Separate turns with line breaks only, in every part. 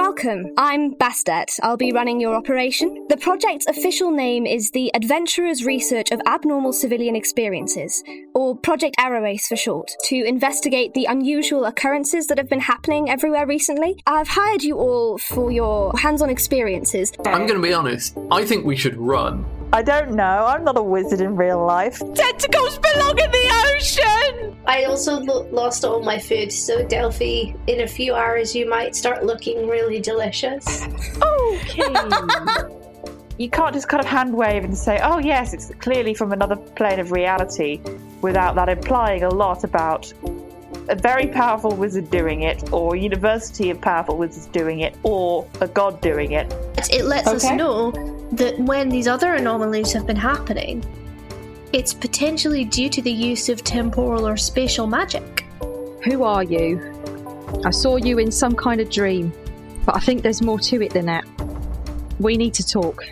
Welcome, I'm Bastet. I'll be running your operation. The project's official name is the Adventurers Research of Abnormal Civilian Experiences, or Project Arrowace for short, to investigate the unusual occurrences that have been happening everywhere recently. I've hired you all for your hands on experiences.
I'm going to be honest. I think we should run.
I don't know. I'm not a wizard in real life.
Tentacles belong in the ocean!
I also lo- lost all my food, so Delphi, in a few hours, you might start looking really delicious.
You can't just kind of hand wave and say, oh, yes, it's clearly from another plane of reality without that implying a lot about a very powerful wizard doing it, or a university of powerful wizards doing it, or a god doing it.
But It lets us
Okay.
know that when these other anomalies have been happening, it's potentially due to the use of temporal or spatial magic.
Who are you? I saw you in some kind of dream, but I think there's more to it than that. We need to talk.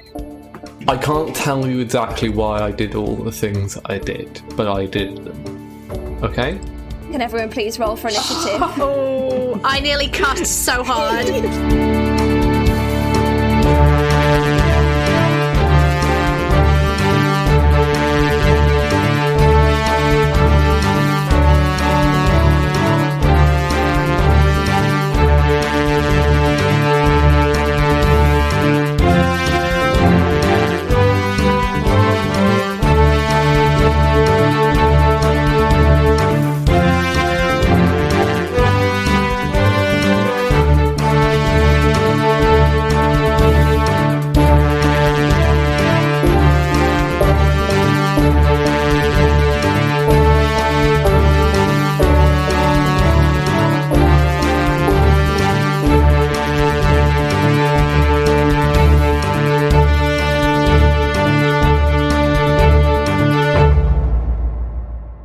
I can't tell you exactly why I did all the things I did, but I did them. Okay?
Can everyone please roll for initiative?
Oh, I nearly cussed so hard.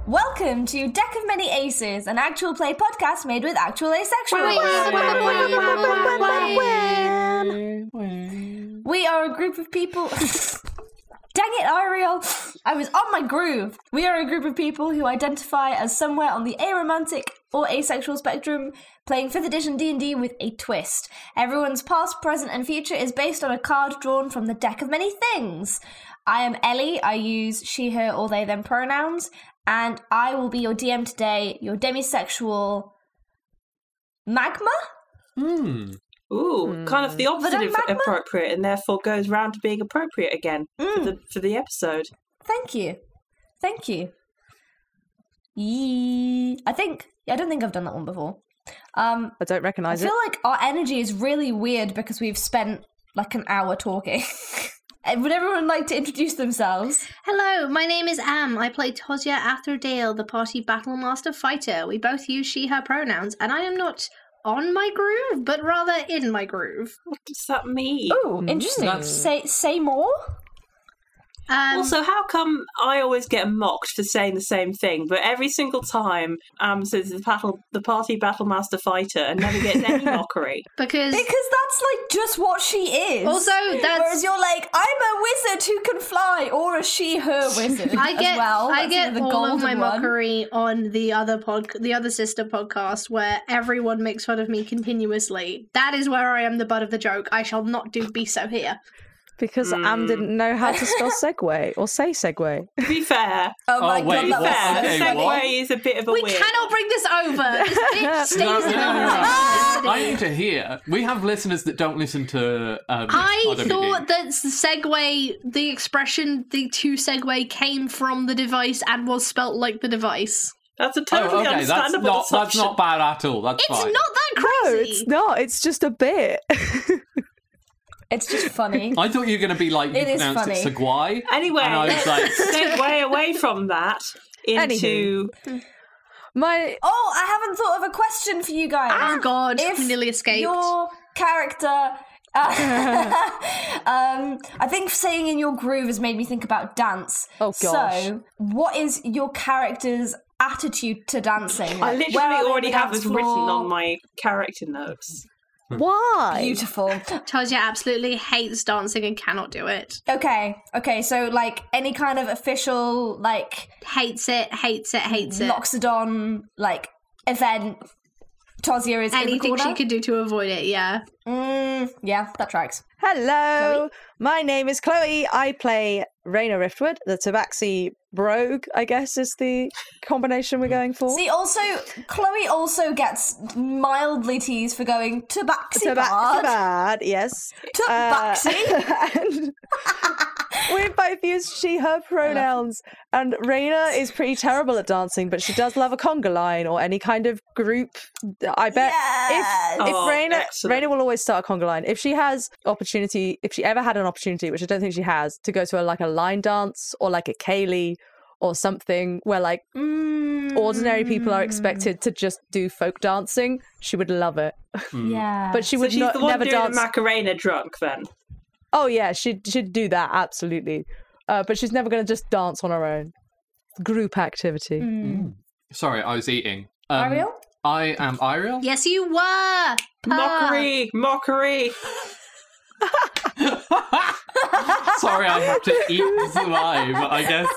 Welcome to Deck of Many Aces, an actual play podcast made with actual asexuals. We are a group of people. Dang it, Ariel! I was on my groove. We are a group of people who identify as somewhere on the aromantic or asexual spectrum, playing fifth edition D and D with a twist. Everyone's past, present, and future is based on a card drawn from the deck of many things. I am Ellie. I use she, her, or they, them pronouns, and I will be your DM today. Your demisexual magma.
Ooh, kind of the opposite of
magma?
appropriate, and therefore goes round to being appropriate again
Mm.
for, the, for the episode.
Thank you. Thank you. Yee. I think yeah, I don't think I've done that one before. Um
I don't
I
recognise it.
feel like our energy is really weird because we've spent like an hour talking. Uh, Would everyone like to introduce themselves?
Hello, my name is Am. I play Tosia Atherdale, the party battlemaster fighter. We both use she, her pronouns, and I am not on my groove, but rather in my groove.
What does that mean?
Oh, interesting. Say say more.
Um,
Also, how come I always get mocked for saying the same thing, but every single time um says the battle the party battlemaster fighter and never gets any mockery.
because
Because that's like just what she is.
Also, that's-
whereas you're like, I'm a wizard who can fly, or a she/her wizard
I get
as well.
I
That's
get
another
all of
golden
my
one.
mockery on the other pod, the other sister podcast, where everyone makes fun of me continuously. That is where I am the butt of the joke. I shall not do be so here.
because Am
Mm.
didn't know how to spell segue or say segue.
To be fair,
Oh my
wait,
god,
what?
that
fair,
was so
Okay,
the
what?
segue is a bit of a
We
weird.
cannot bring this over. This bitch stays
No,
in
no, no,
the
no.
conversation.
I need to hear. We have listeners that don't listen to. Um,
I
RWD.
thought that s- segue, the expression, the two segue came from the device and was spelt like the device.
That's a
Oh,
totally
okay, that's
understandable
not that's
assumption.
not bad at all. That's
It's
fine.
not that
No,
crazy.
it's not. It's just a bit.
it's just funny.
I thought you were going to be like you
It is
pronounced it
funny.
Segway.
Anyway,
and I was like,
segue away from that into
My
Oh, I haven't thought of a question for you guys.
Oh god,
If
we nearly escaped.
Your character. uh, um, I think saying in your groove has made me think about dance.
Oh, gosh.
So, what is your character's attitude to dancing?
I
Like,
literally
where are they on the
already have
dance
this written
floor?
on my character notes.
Hmm.
why?
Beautiful.
Tasia absolutely hates dancing and cannot do it.
Okay, okay. So, like any kind of official, like
hates it, hates it, hates it.
Loxodon, like event. Tosia is in the
Anything
corner.
she could do to avoid it, yeah.
Mm, yeah, that tracks.
Hello, my name is Chloe. I play Raina Riftwood, the Tabaxi Rogue. I guess is the combination we're going for.
Hmm. See, also Chloe also gets mildly teased for going to Baxi
Tabaxi
Bard.
Bard, yes.
uh,
Uh,
Tabaxi.
and we both use she/her pronouns, and Raina is pretty terrible at dancing, but she does love a conga line or any kind of group. I bet if if
Oh,
Raina
excellent.
Raina will always start a conga line. If she has opportunity, if she ever had an opportunity, which I don't think she has, to go to a, like a line dance or like a Kaylee or something where like
Mm.
ordinary people are expected to just do folk dancing, she would love it.
Hmm.
Yeah.
But she
So
would
she's
not,
the one
never
doing
dance.
the Macarena drunk then.
oh yeah, she'd she'd do that absolutely. Uh, but she's never going to just dance on her own. Group activity.
Mm. Sorry, I was eating. Um,
Ariel?
I am Ariel.
Yes, you were.
Mockery, mockery.
Sorry, I have to eat this alive. I guess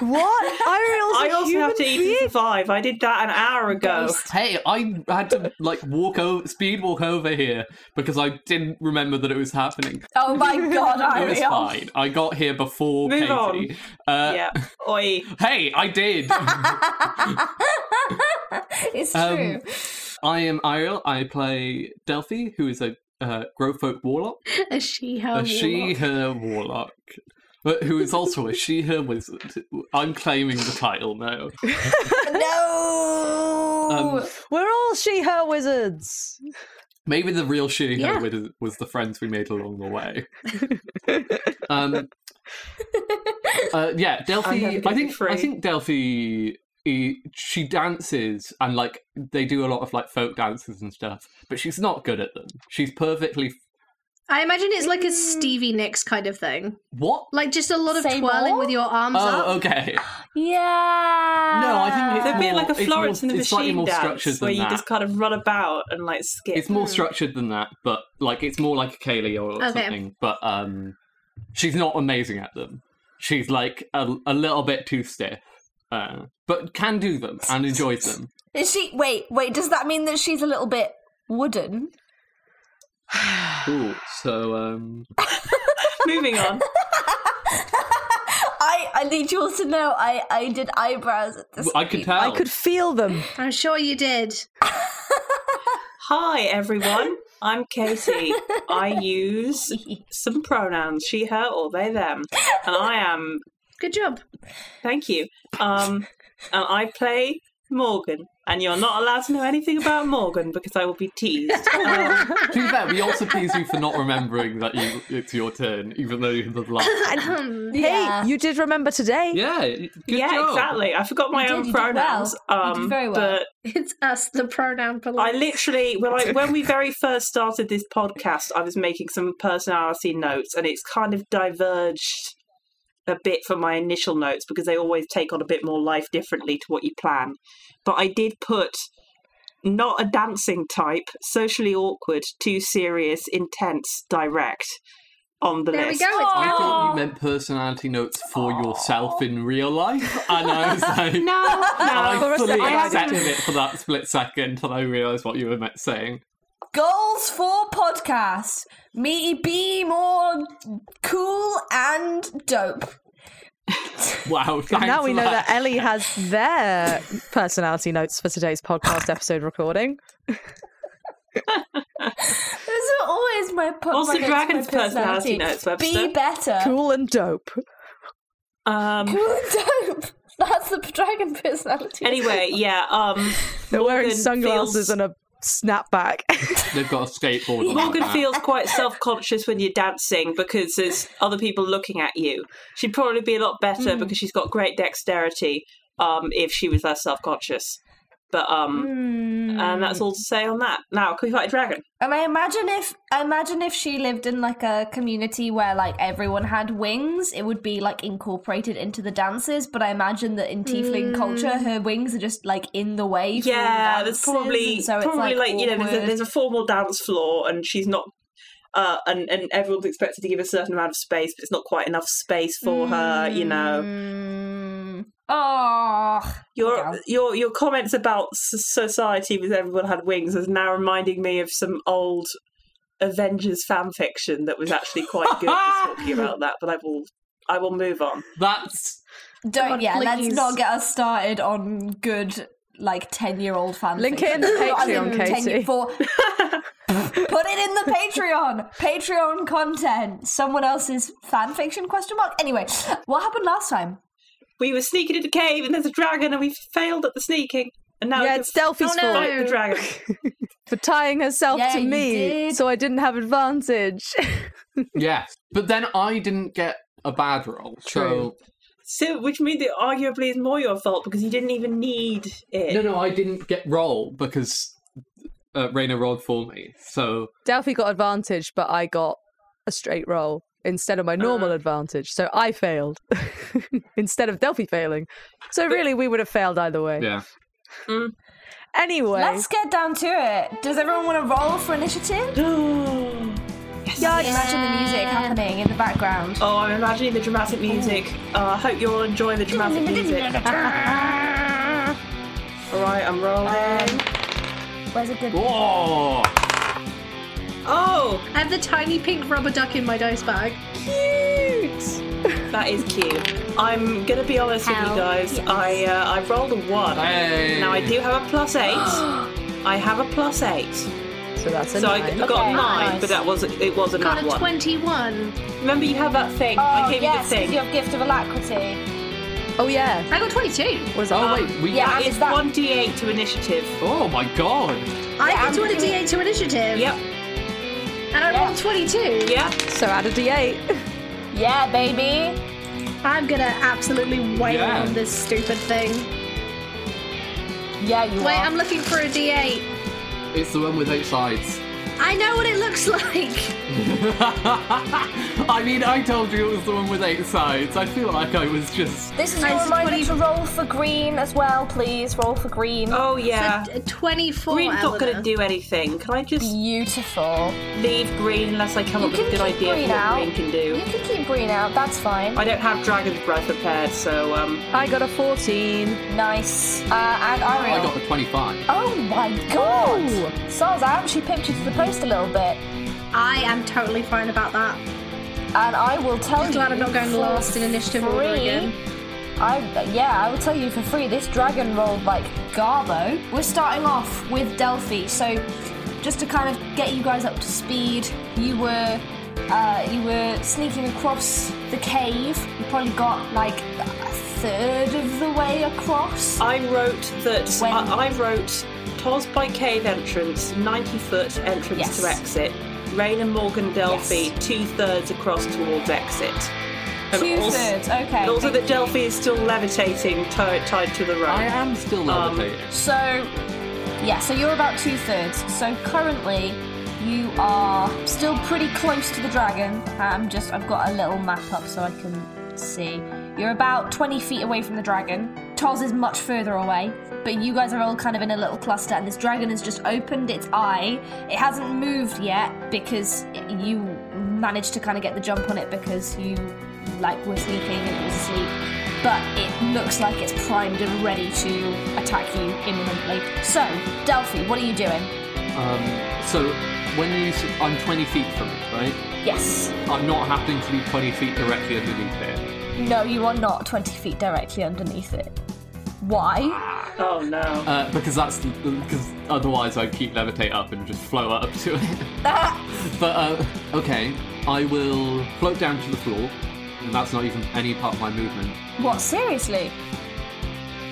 What?
I
Ariel's a
also
human
have to eat to survive. I did that an hour ago.
Hey, I had to like walk over, speed walk over here because I didn't remember that it was happening.
Oh my god,
It was
Ariel.
fine. I got here before
Move
Katie. Uh,
yeah. Oi.
Hey, I did.
It's
Um,
true.
I am Ariel. I play Delphi, who is a uh, Grove Folk warlock,
A she, her.
a she-her warlock, but who is also a she-her wizard. I'm claiming the title now.
no.
Um,
We're all she/her wizards.
Maybe the real shooting
Yeah.
was, was the friends we made along the way. um, uh, yeah,
I'm never
Delphi.
gonna
I
be
think
free.
I think Delphi. e- She dances and like they do a lot of like folk dances and stuff, but she's not good at them. She's perfectly
I imagine it's like a Stevie Nicks kind of thing.
what?
Like just a lot of
Say
twirling
more?
with your arms up.
Oh, okay.
Yeah.
No, I think it's
It's a bit
more-
like a
it's
Florence
more-
and the
it's slightly
Machine
more
dance,
structured
where
than
you
that.
just kind of run about and like skip.
It's more structured than that, but like it's more like a Kaylee or
Okay.
something. But um, she's not amazing at them. She's like a, a little bit too stiff, uh, but can do them and enjoys them.
Is she? Wait, wait. Does that mean that she's a little bit wooden?
Cool. So um,
Moving on.
I I need you all to know I I did eyebrows at this.
I could
point.
tell.
I could feel them.
I'm sure you did.
Hi, everyone. I'm Katie. I use some pronouns she, her, or they, them. And I am,
Good job.
thank you. Um, and I play Morgan. And you're not allowed to know anything about Morgan because I will be teased. Um,
To be fair, we also tease you for not remembering that you, it's your turn, even though you're the last.
Um,
Yeah.
Hey, you did remember today.
Yeah, good
yeah,
job.
exactly. I forgot my
You did,
own
you did well.
pronouns.
You did
Um,
very well.
But
it's us, the pronoun
I
police.
literally when I when we very first started this podcast, I was making some personality notes, and it's kind of diverged a bit from my initial notes because they always take on a bit more life differently to what you plan. But I did put not a dancing type, socially awkward, too serious, intense, direct on the
there we
list.
go. It's
I
Cal.
thought you meant personality notes for yourself in real life, and I was like,
No, no.
For
I
a
fully
second, I
accepted
didn't.
it for that split second until I realised what you were meant saying.
Goals for podcast: me be more cool and dope.
Wow, thanks
now we
for
know
that.
that Ellie has their personality notes for today's podcast episode recording.
Those are always my po-
Also
my notes for
Dragon's
my personality.
personality notes,
Be
Webster.
better.
Cool and dope.
Um,
Cool and dope. That's the dragon personality.
anyway, yeah. Um,
They're wearing
Morgan
sunglasses
feels-
and a snapback.
They've got a skateboard.
Morgan
like
feels quite self conscious when you're dancing because there's other people looking at you. She'd probably be a lot better
Mm.
because she's got great dexterity um, if she was less self conscious. But um,
Mm.
and that's all to say on that. Now, can we fight a dragon?
And I imagine if I imagine if she lived in like a community where like everyone had wings, it would be like incorporated into the dances. But I imagine that in Tiefling culture, her wings are just like in the way. For all the
Mm. Yeah, there's
dances,
probably
and so it's,
probably like, you know there's a,
awkward.
there's a formal dance floor and she's not. Uh, and, and everyone's expected to give a certain amount of space, but it's not quite enough space for her, you know.
Mm. Oh,
Your your your comments about s- society with everyone had wings is now reminding me of some old Avengers fan fiction that was actually quite good for talking about that. But I will I will move on.
That's
don't. yeah, let's
please.
not get us started on good like ten year old fan.
Link it in the
fiction. As
Patreon,
in 10
Katie.
for- Put it in the Patreon, Patreon content. Someone else's fan fiction? Question mark. Anyway, what happened last time?
we were sneaking in a cave and there's a dragon and we failed at the sneaking. And now
Yeah,
we
it's
can
Delphi's
fight
fault.
the dragon.
for tying herself
Yeah,
to
you
me,
did.
so I didn't have advantage.
yes. But then I didn't get a bad roll.
True.
So, which means it arguably is more your fault because you didn't even need
So
it.
no, no, I didn't get roll because uh, Raina rolled for me. So
Delphi got advantage, but I got a straight roll instead of my
Uh.
normal advantage, so I failed instead of Delphi failing. So really, we would have failed either way.
yeah.
Anyway,
Let's get down to it. Does everyone want to roll for initiative? Yeah, I'd imagine the music happening in the background.
Oh, I'm imagining the dramatic music. Uh, I hope you all enjoy the dramatic music. all right, I'm rolling.
Where's a good?
Whoa!
Oh,
I have the tiny pink rubber duck in my dice bag.
Cute.
that is cute. I'm gonna be honest with
Hell
you guys. I uh, I rolled a one.
Hey.
Now I do have a plus eight. I have a plus eight.
so that's a
So I
nine.
got
Okay,
nine,
nice.
but that was it was a
Got
nat
a
one.
21.
Remember, you have that thing. I
Oh
gave
yes,
you the
'cause
thing.
you have gift of alacrity.
Oh yeah,
I got 22.
was
Oh
that?
wait, we.
yeah.
That
and
is
is that-
one d8 to initiative.
Oh my god!
I
Yeah,
got
I'm
to a
doing-
D8 to initiative.
Yep,
And I
Yeah.
rolled 22.
yep.
So add a d8.
Yeah, baby.
I'm gonna absolutely wail
Yeah.
on this stupid thing.
Yeah, you
Wait,
are.
I'm looking for a D8.
It's the one with eight sides.
I know what it looks like.
I mean, I told you it was the one with eight sides. I feel like I was just.
This is
I
your
was
reminder
20
to roll for green as well, please. Roll for green.
Oh yeah.
A 24.
Green's not
Eleanor.
gonna do anything. Can I just
Beautiful.
leave green unless I come
You
up with
can
a good
keep
idea
green
for what
out.
green can
You
do?
can keep green out. That's fine.
I don't have dragon's breath prepared, so um.
I got a fourteen.
Nice. Uh, and
Oh,
I
Ariel.
got the twenty-five.
Oh my god! Sars, I actually picked you to the post a little bit,
I am totally fine about that.
and I will tell
I'm
you.
glad I'm not going
for
last in initiative
free,
order again.
I yeah, I will tell you for free. This dragon rolled like Garbo. We're starting off with Delphi, so just to kind of get you guys up to speed, you were uh, you were sneaking across the cave. You probably got like a third of the way across.
I wrote that
When-
I, I wrote Tos by cave entrance, ninety foot entrance
Yes.
to exit. Rain and Morgan Delphi,
Yes.
two thirds across towards exit. And
Two
also-
thirds. Okay.
And also
thank
that
you.
Delphi is still levitating, tied tied to the rope.
I am still
Um,
levitating.
So, yeah, so you're about two thirds. So currently, you are still pretty close to the dragon. I'm just, I've got a little map up so I can see. You're about 20 feet away from the dragon. Toz is much further away, but you guys are all kind of in a little cluster, and this dragon has just opened its eye. It hasn't moved yet because you managed to kind of get the jump on it because you, like, were sneaking and it was asleep but it looks like it's primed and ready to attack you imminently. So, Delphi, what are you doing?
Um, so when you, s- I'm twenty feet from it, right?
Yes.
I'm not happening to be twenty feet directly underneath it.
No, you are not 20 feet directly underneath it. Why?
Oh no.
Uh, because that's because otherwise I'd keep levitate up and just flow up to it. But uh, okay, I will float down to the floor, and that's not even any part of my movement.
what, seriously?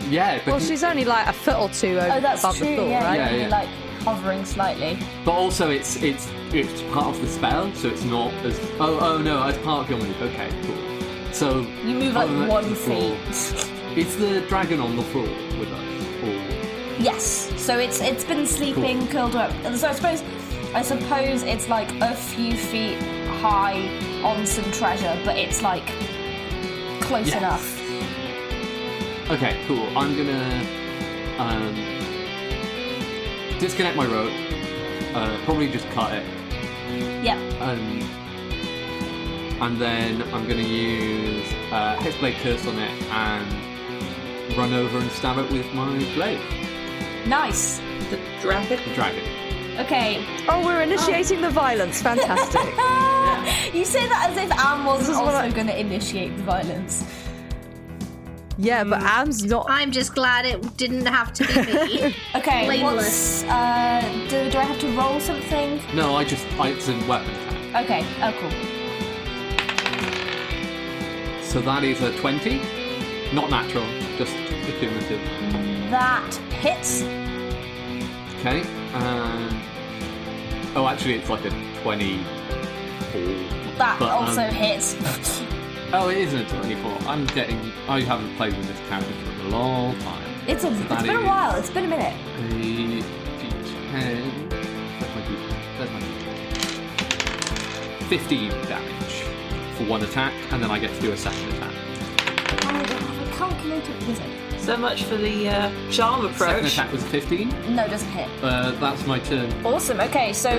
Yeah,
Well,
because-
she's only like a foot or two over
Oh, that's
above
true,
the floor,
yeah.
right?
Yeah,
you're
yeah.
like hovering slightly.
but also it's it's it's part of the spell, so it's not as oh oh no, as part of your move. Okay, cool. So
You move
I'll
like
go back to
one
the floor.
feet.
Is the dragon on the floor with us?
yes. So it's it's been sleeping, curled up. So I suppose I suppose it's like a few feet high on some treasure, but it's like close
Yes.
enough.
Or... Okay, cool. I'm gonna um, disconnect my rope. Uh, probably just cut it.
Yep.
Um, and then I'm going to use uh, Hexblade Curse on it and run over and stab it with my blade.
Nice.
The dragon.
The dragon.
Okay.
Oh, we're initiating the violence. Fantastic.
you say that as if Anne was
is what
also going to initiate the violence.
yeah, but
Hmm.
Am's not.
I'm just glad it didn't have to be me.
Okay.
Blameless.
What's, uh, do, do I have to roll something?
No, I just. I, it's a weapon attack.
Okay. Oh, cool.
So that is a 20. Not natural, just cumulative.
That hits.
Okay. Um, oh, actually, it's like a 24.
That
But, um,
also hits.
Oh, it is a 24. I'm getting. I haven't played with this character for a long time.
It's a.
So
It's
that
been a
is
while. It's been a minute.
A d10. There's my d10. There's my d10. 15 damage for one attack, and then I get to do a second attack.
I don't have a calculator. Is it?
So much for the uh, charm
Second
approach.
attack was 15.
No, it doesn't hit.
Uh, that's my turn.
Awesome. Okay, so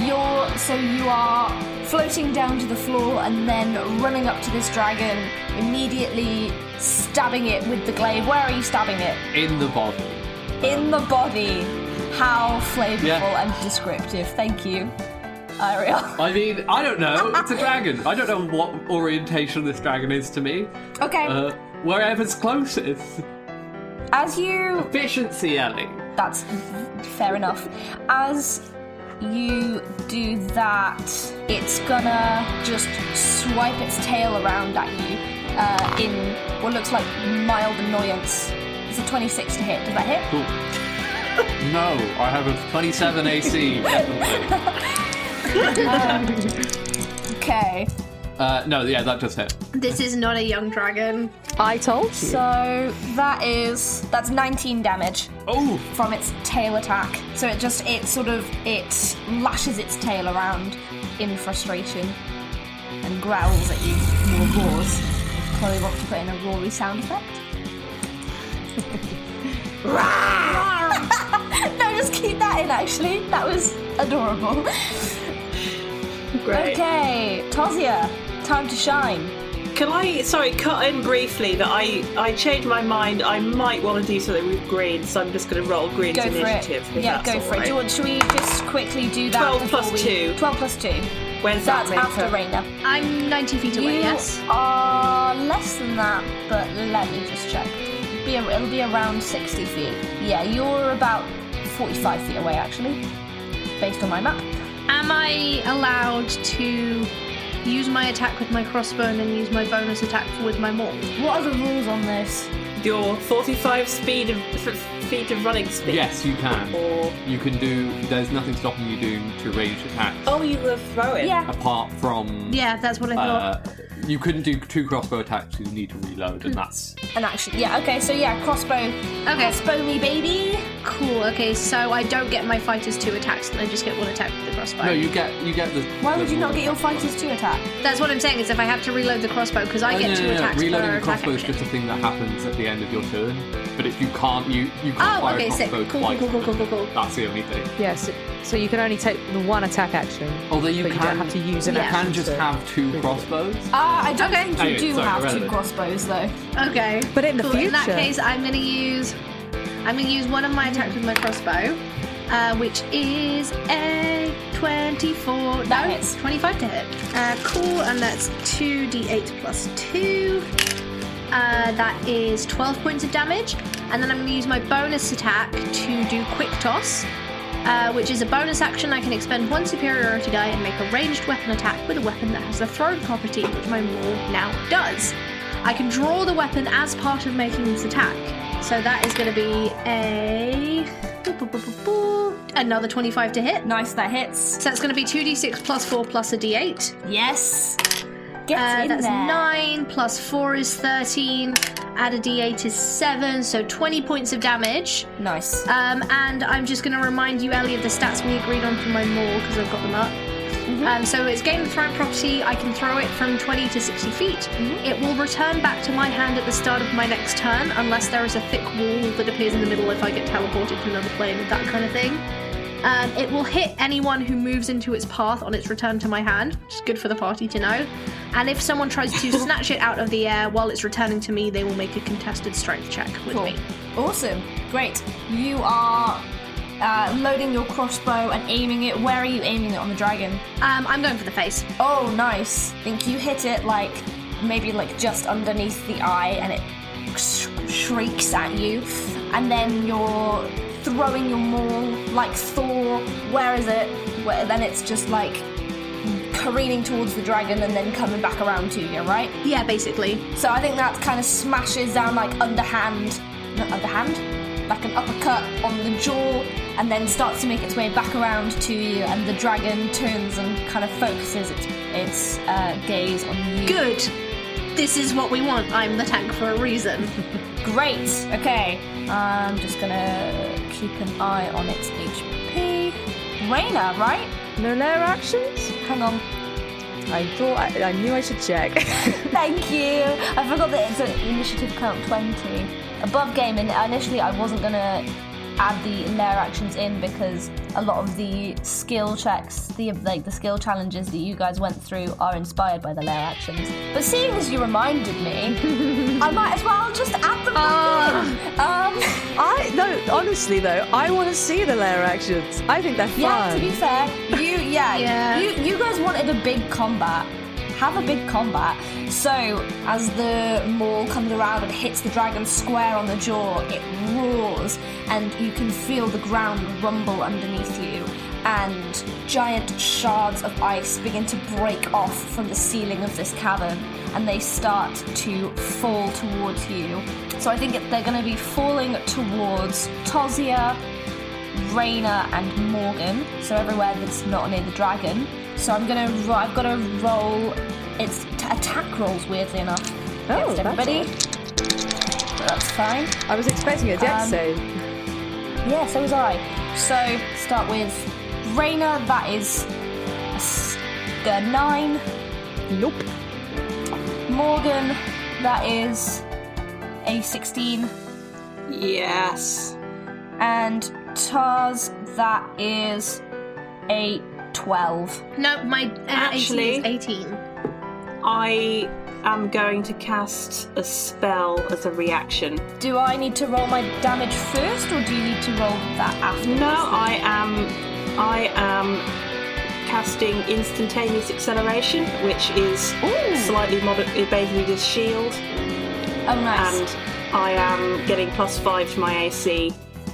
you're so you are floating down to the floor and then running up to this dragon, immediately stabbing it with the glaive. Where are you stabbing it?
In the body.
In the body. How flavorful
Yeah.
and descriptive. Thank you, Ariel.
I mean, I don't know. It's a dragon. I don't know what orientation this dragon is to me.
Okay.
Uh, wherever's closest.
As you
Efficiency, Ellie.
That's fair enough. As you do that, it's gonna just swipe its tail around at you uh, in what looks like mild annoyance. It's a 26 to hit. Does that hit?
Cool. No, I have a 27 AC. Definitely.
Okay.
Uh, no, yeah, that just hit.
this is not a young dragon.
I told you.
So that is that's 19 damage
Oh,
from its tail attack. So it just it sort of it lashes its tail around in frustration and growls at you or roars. If Chloe wants to put in a roary sound effect. no, just keep that in actually. That was adorable.
Great.
Okay, Tozia, time to shine.
Can I, sorry, cut in briefly that I, I changed my mind. I might want to do something with green, so I'm just going to roll green's
Go for
initiative.
it.
if
Yeah,
that's
go
all
for it.
right.
Do you want, should we just quickly do that?
12
before
plus
we-
2.
12 plus 2.
When's
That's
that
after Raina.
I'm 90 feet away,
You
yes?
are less than that, but let me just check. Be a, it'll be around 60 feet. Yeah, you're about 45 feet away, actually, based on my map.
Am I allowed to use my attack with my crossbone and use my bonus attack with my maul?
What are the rules on this?
Your 45 speed of, f- feet of running speed.
Yes, you can.
Or,
You can do. There's nothing stopping you doing two ranged attacks
oh, you were throwing.
Yeah.
apart from.
Yeah, that's what I thought.
Uh, you couldn't do two crossbow attacks. You need to reload,
Hmm.
and that's
An action. Yeah, okay, so yeah, crossbow.
okay,
Crossbow me, baby.
cool. Okay, so I don't get my fighters two attacks, and I just get one attack with the crossbow.
no. You get you get the.
Why
the
would you not
rule.
get your fighters to attack?
That's what I'm saying is if I have to reload the crossbow because I
No,
get
no,
two
no, no,
attacks.
Reloading
per
the crossbow is
attack
just a
action.
thing that happens at the end of your turn. But if you can't, you you can't
Oh,
fire
okay,
a
sick.
crossbow
Cool,
twice.
cool, cool, cool, cool, cool.
That's the only thing.
Yes. so you can only take the one attack action.
Although you
but
can
you don't have to use an
You
action.
can just
to-
have two crossbows.
Ah, I don't think you
Anyway,
do
sorry,
have two
irrelevant.
crossbows, though.
Okay.
But in the
cool. in that
future-
case, I'm gonna use I'm gonna use one of my attacks with my crossbow, uh, which is a 24.
That
no,
hits.
25 to hit. Uh, cool, and that's 2d8 plus two. Uh, that is 12 points of damage, and then I'm going to use my bonus attack to do quick toss, uh, which is a bonus action. I can expend one superiority die and make a ranged weapon attack with a weapon that has the thrown property, which my maul now does. I can draw the weapon as part of making this attack, so that is going to be a another 25 to hit.
Nice, that hits.
So that's going to be 2d6 plus 4 plus a d8.
Yes. Get
Uh,
in
that's
there.
9 plus 4 is 13. Add a d8 is 7, so 20 points of damage.
Nice.
Um, and I'm just going to remind you, Ellie, of the stats we agreed on for my maul because I've got them up. Um, so it's gain the throw property. I can throw it from 20 to 60 feet. It will return back to my hand at the start of my next turn, unless there is a thick wall that appears in the middle if I get teleported to another plane, that kind of thing. Um, it will hit anyone who moves into its path on its return to my hand, which is good for the party to know. And if someone tries to snatch it out of the air while it's returning to me, they will make a contested strength check with me.
Awesome. Great. You are uh, loading your crossbow and aiming it. Where are you aiming it on the dragon?
Um, I'm going for the face.
Oh, nice. I think you hit it like maybe like just underneath the eye, and it sh- shrieks at you. And then you're throwing your maul like Thor. Where is it? Where, then it's just like careening towards the dragon and then coming back around to you, right?
Yeah, basically.
So I think that kind of smashes down like underhand, not underhand, like an uppercut on the jaw, and then starts to make its way back around to you. And the dragon turns and kind of focuses its its uh, gaze on you.
Good. This is what we want. I'm the tank for a reason.
Great. Okay. I'm just gonna keep an eye on its HP. Raina, right?
No lair actions?
Hang on.
I thought I, I knew I should check.
Thank you. I forgot that it's an initiative count 20. Above game, and initially I wasn't going to add the lair actions in because a lot of the skill checks, the like the skill challenges that you guys went through are inspired by the lair actions. But seeing as you reminded me, I might as well just add them back in. Um,
I no, honestly though, I want to see the lair actions. I think they're fun.
Yeah, to be fair, you yeah,
Yeah.
you you guys wanted a big combat. Have a big combat. So as the maul comes around and hits the dragon square on the jaw, it roars, and you can feel the ground rumble underneath you. And giant shards of ice begin to break off from the ceiling of this cavern, and they start to fall towards you. So I think they're going to be falling towards Tozia, Raina and Morgan, so everywhere that's not near the dragon. So I'm gonna, ro- I've got to roll. It's t- attack rolls, weirdly enough.
Oh,
against everybody.
That's
But that's fine.
odd. I was expecting a death
Um,
save.
Yeah, so was I. So start with Raina. That is a s- a nine.
Nope.
Morgan. That is a sixteen.
Yes.
And Tars. That is a twelve.
No, my uh,
Actually-
AC is 18.
I am going to cast a spell as a reaction.
Do I need to roll my damage first, or do you need to roll that after?
No, I am. I am casting instantaneous acceleration, which is slightly mod- basically just shield,
Oh, nice.
and I am getting plus five to my AC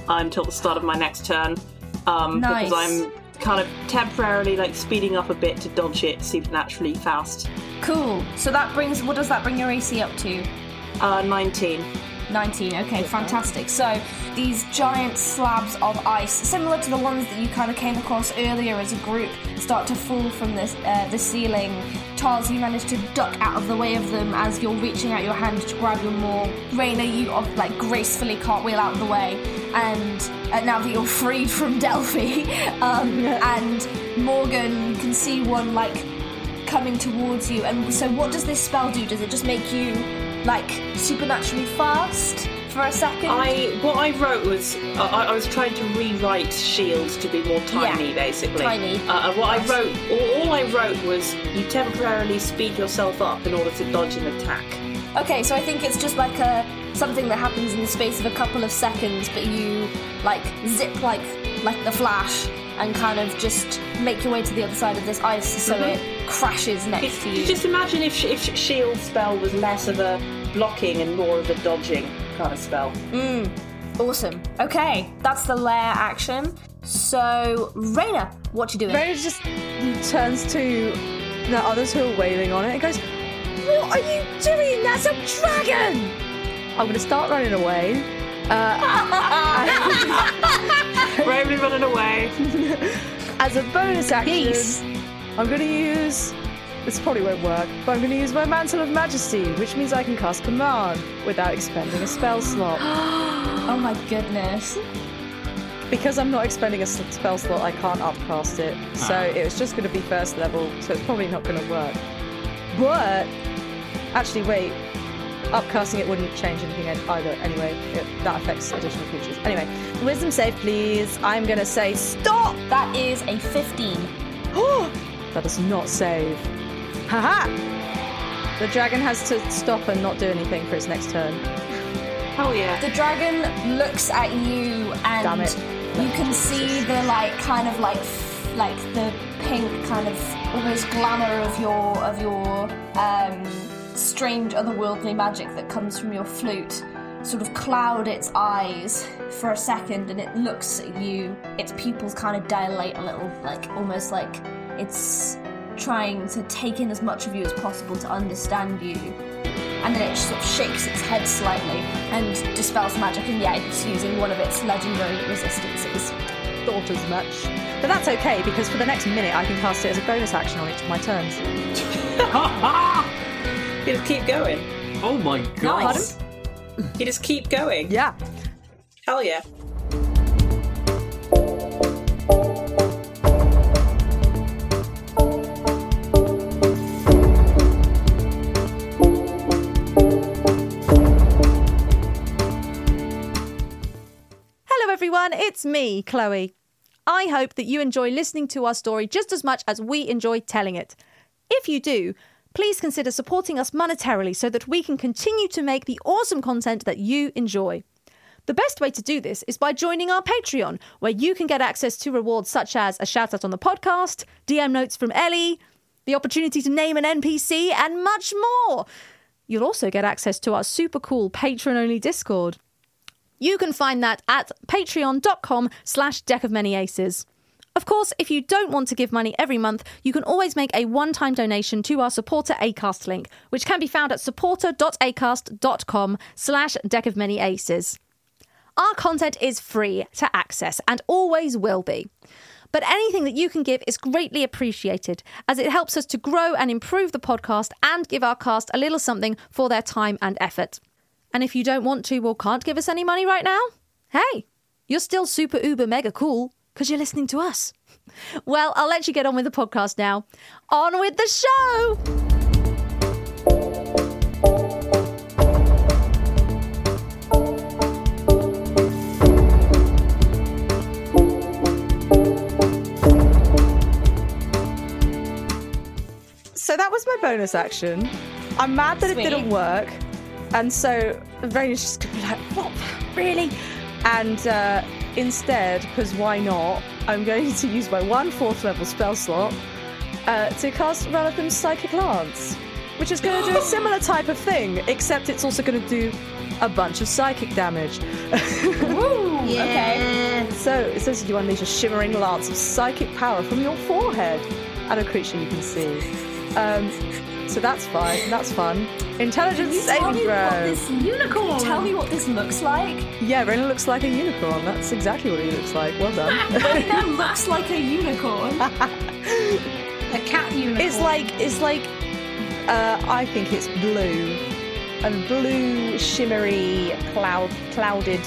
until the start of my next turn, um,
Nice.
because I'm kind of temporarily like speeding up a bit to dodge it supernaturally fast.
Cool. So that brings. What does that bring your AC up to?
Uh, 19.
19. Okay, fantastic. So these giant slabs of ice, similar to the ones that you kind of came across earlier as a group, start to fall from this uh, the ceiling. Charles, you manage to duck out of the way of them as you're reaching out your hand to grab your maul. Raina, you uh, like gracefully cartwheel out of the way, and uh, now that you're freed from Delphi, um, and Morgan, you can see one like coming towards you. And so, what does this spell do? Does it just make you like supernaturally fast for a second?
I what I wrote was I, I- I was trying to rewrite shields to be more tiny,
Yeah,
basically.
tiny.
Uh, uh, what I wrote, all, all I wrote was you temporarily speed yourself up in order to dodge an attack.
Okay, so I think it's just like a something that happens in the space of a couple of seconds, but you like zip like like the flash and kind of just make your way to the other side of this ice so it crashes next
Mm-hmm. It's,
to you.
Just imagine if sh- if sh- shield spell was less of a blocking and more of a dodging kind of spell.
Awesome. Okay, that's the lair action. So, Raina, what you doing?
Raina just turns to the others who are wailing on it and goes, What are you doing? That's a dragon! I'm going to start running away. Uh,
Bravely running away.
As a bonus action, I'm going to use. This probably won't work, but I'm going to use my Mantle of Majesty, which means I can cast Command without expending a spell slot.
oh my goodness.
Because I'm not expending a s- spell slot, I can't upcast it. So
Ah.
it was just going to be first level, so it's probably not going to work. But. Actually, wait. Upcasting it wouldn't change anything ed- either. Anyway, it, that affects additional creatures. Anyway, wisdom save, please. I'm gonna say stop.
That is a 15.
that does not save. Haha! The dragon has to stop and not do anything for its next turn.
Oh yeah.
The dragon looks at you and
Damn it.
you can see the like kind of like f- like the pink kind of almost glamour of your of your um strange otherworldly magic that comes from your flute sort of cloud its eyes for a second and it looks at you its pupils kind of dilate a little like almost like it's trying to take in as much of you as possible to understand you and then it sort of shakes its head slightly and dispels magic, and yeah, it's using one of its legendary resistances.
Thought as much. But that's okay because for the next minute I can cast it as a bonus action on each of my turns.
You just keep going.
Oh my god.
You just keep going.
Yeah.
Hell yeah.
Hello, everyone. It's me, Chloe. I hope that you enjoy listening to our story just as much as we enjoy telling it. If you do, please consider supporting us monetarily so that we can continue to make the awesome content that you enjoy. The best way to do this is by joining our Patreon, where you can get access to rewards such as a shout out on the podcast, DM notes from Ellie, the opportunity to name an NPC, and much more. You'll also get access to our super cool patron only Discord. You can find that at patreon.com slash deck of many aces. Of course, if you don't want to give money every month, you can always make a one time donation to our supporter ACAST link, which can be found at supporter.acast.com slash deck of many aces. Our content is free to access and always will be. But anything that you can give is greatly appreciated, as it helps us to grow and improve the podcast and give our cast a little something for their time and effort. And if you don't want to or can't give us any money right now, hey, you're still super uber mega cool because you're listening to us. Well, I'll let you get on with the podcast now. On with the show! So that was my bonus action. I'm mad that it didn't work. And so Raina's just gonna be like, what? Really? And uh, instead, because why not, I'm going to use my one fourth level spell slot uh, to cast Relatham's Psychic Lance, which is going to do a similar type of thing, except it's also going to do a bunch of psychic damage. Okay. So it says you unleash a shimmering lance of psychic power from your forehead at a creature you can see. Um, so that's fine. That's fun. Intelligence
Tell me
saving
what
throw.
this unicorn. Tell me what this looks like.
Yeah, Rena looks like a unicorn. That's exactly what he looks like. Well done.
Rena looks like a unicorn.
A cat unicorn.
it's like it's like uh, I think it's blue, a blue shimmery cloud clouded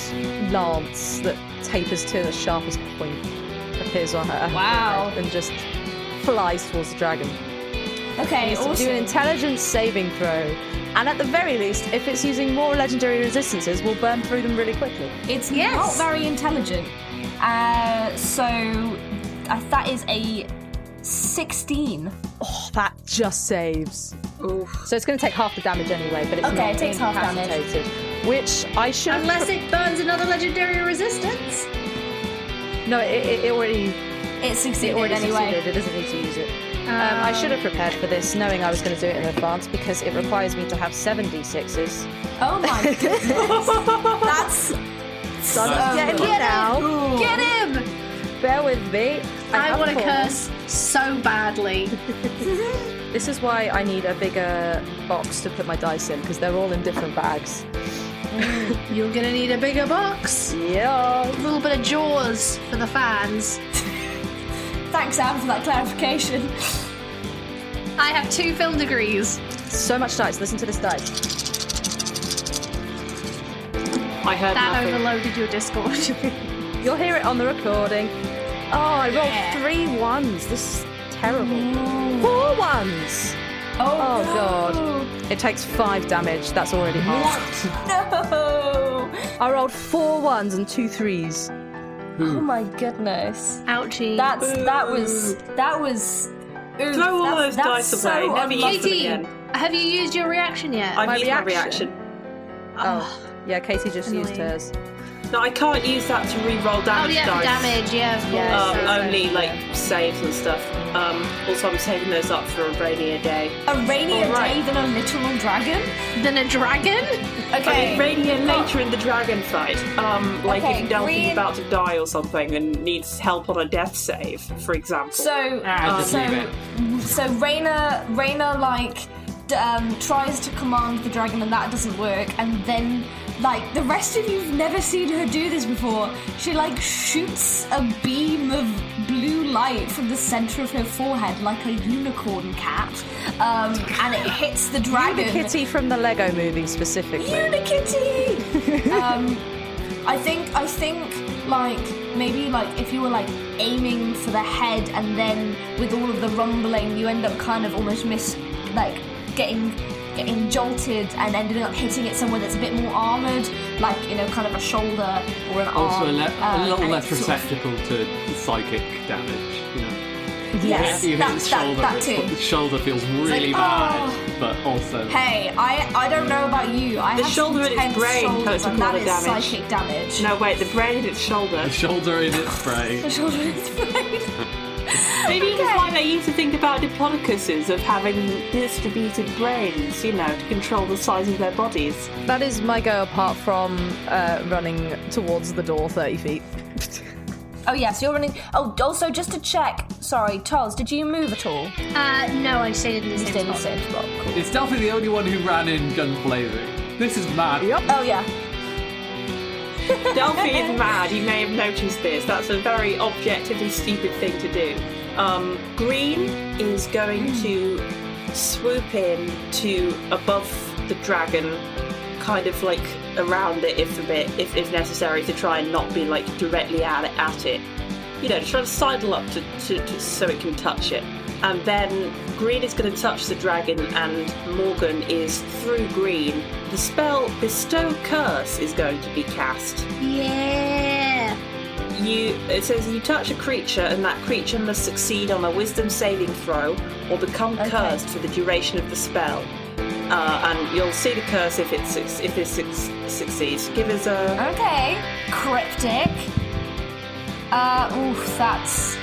lance that tapers to the sharpest point appears on her. Wow! And just flies towards the dragon.
Okay,
needs to do an
awesome.
intelligence saving throw. And at the very least, if it's using more legendary resistances, we'll burn through them really quickly.
It's
Yes.
not very intelligent. Uh, so uh, that is a 16.
Oh, that just saves. So it's going to take half the damage anyway, but it's
Okay,
not
it takes half damage.
incapacitated, Which I should.
Unless it burns another legendary resistance.
No, it, it- it already.
It
It
succeeded
already
anyway.
succeeded. It doesn't need to use it. Um, I should have prepared for this, knowing I was going to do it in advance, because it requires me to have seven d6s.
Oh my goodness. That's.
So I'm getting here now.
Get him!
Bear with me.
I
have
want to
four.
curse so badly.
This is why I need a bigger box to put my dice in because they're all in different bags.
You're gonna need a bigger box.
Yeah.
A little bit of jaws for the fans.
Thanks, Anne, for that clarification.
I have two film degrees.
So much dice. Listen to this dice.
I heard
That
nothing.
overloaded your Discord.
You'll hear it on the recording. Mm. Oh, I rolled three ones. This is terrible. Four ones. Oh, god. It takes five damage. That's already
Um,
half.
No!
I rolled four ones and two threes.
Oh my goodness.
Ouchie.
That's that was that was. Ooh,
Throw all
that's-
those
that's
dice
so
away. Never
unlucky.
use them again.
Have you used your reaction yet?
I've used my reaction.
Oh. Yeah, Katie just used
annoying.
hers.
No, I can't use that to re-roll damage
Oh yeah,
dice.
damage. Yeah, of course. Yeah,
um,
so-
only like saves and stuff. Um, also, I'm saving those up for a rainier day.
A rainier
Alright.
day than a literal dragon?
Than a dragon?
I
Okay.
mean, rainier later in the dragon fight. Um, like
Okay,
if Delphi's
green-
about to die or something and needs help on a death save, for example.
So, um,
Ah, just leave
so,
it.
so Raina, Raina, like, d- um, tries to command the dragon, and that doesn't work. And then, like, the rest of you've never seen her do this before. She like shoots a beam of blue light from the center of her forehead, like a unicorn cat, um, and it hits the dragon.
The kitty from the Lego movie specifically.
Unikitty! um, I think I think like maybe like if you were like aiming for the head and then with all of the rumbling you end up kind of almost miss like getting getting jolted and ended up hitting it somewhere that's a bit more armored like you know kind of a shoulder or an
Also, a,
arm
le-
um,
Oh,
a little
and
less
it's sort of-
receptacle to psychic damage. You know.
Yes,
you hit, you hit
that-
its
that-
shoulder.
that
it's-
too.
The shoulder feels really
like,
bad,
oh.
but also
hey I I don't know about you I
The
have
shoulder
some
in its
tense
brain
shoulders,
caused a
and
lot
that
of
is
damage.
psychic damage
No, wait, the brain in its shoulder.
the shoulder in its
the
prey.
shoulder in its brain
Maybe that's why they used to think about diplodocuses of having distributed brains, you know, to control the size of their bodies.
That is my go apart from uh, running towards the door 30 feet.
Oh yes, you're running. Oh, also just to check. Sorry, Charles, did you move at all?
Uh, no, I stayed in the
You
same
stayed in the
spot.
same spot. Cool.
It's definitely the only one who ran in gunblazing. This is mad.
Oh yeah.
Delphi is mad, you may have noticed this. That's a very objectively stupid thing to do. Um, Green is going to swoop in to above the dragon, kind of like around it if a bit, if, if necessary, to try and not be like directly at it. At it. You know, to try to sidle up to, to, to so it can touch it. And then Green is going to touch the dragon, and Morgan is through Green. The spell Bestow Curse is going to be cast
Yeah.
you it says you touch a creature and that creature must succeed on a wisdom saving throw or become cursed for the duration of the spell uh, and you'll see the curse if it suc- if it suc- succeeds give us a
Okay. Cryptic. Uh, oof, that's.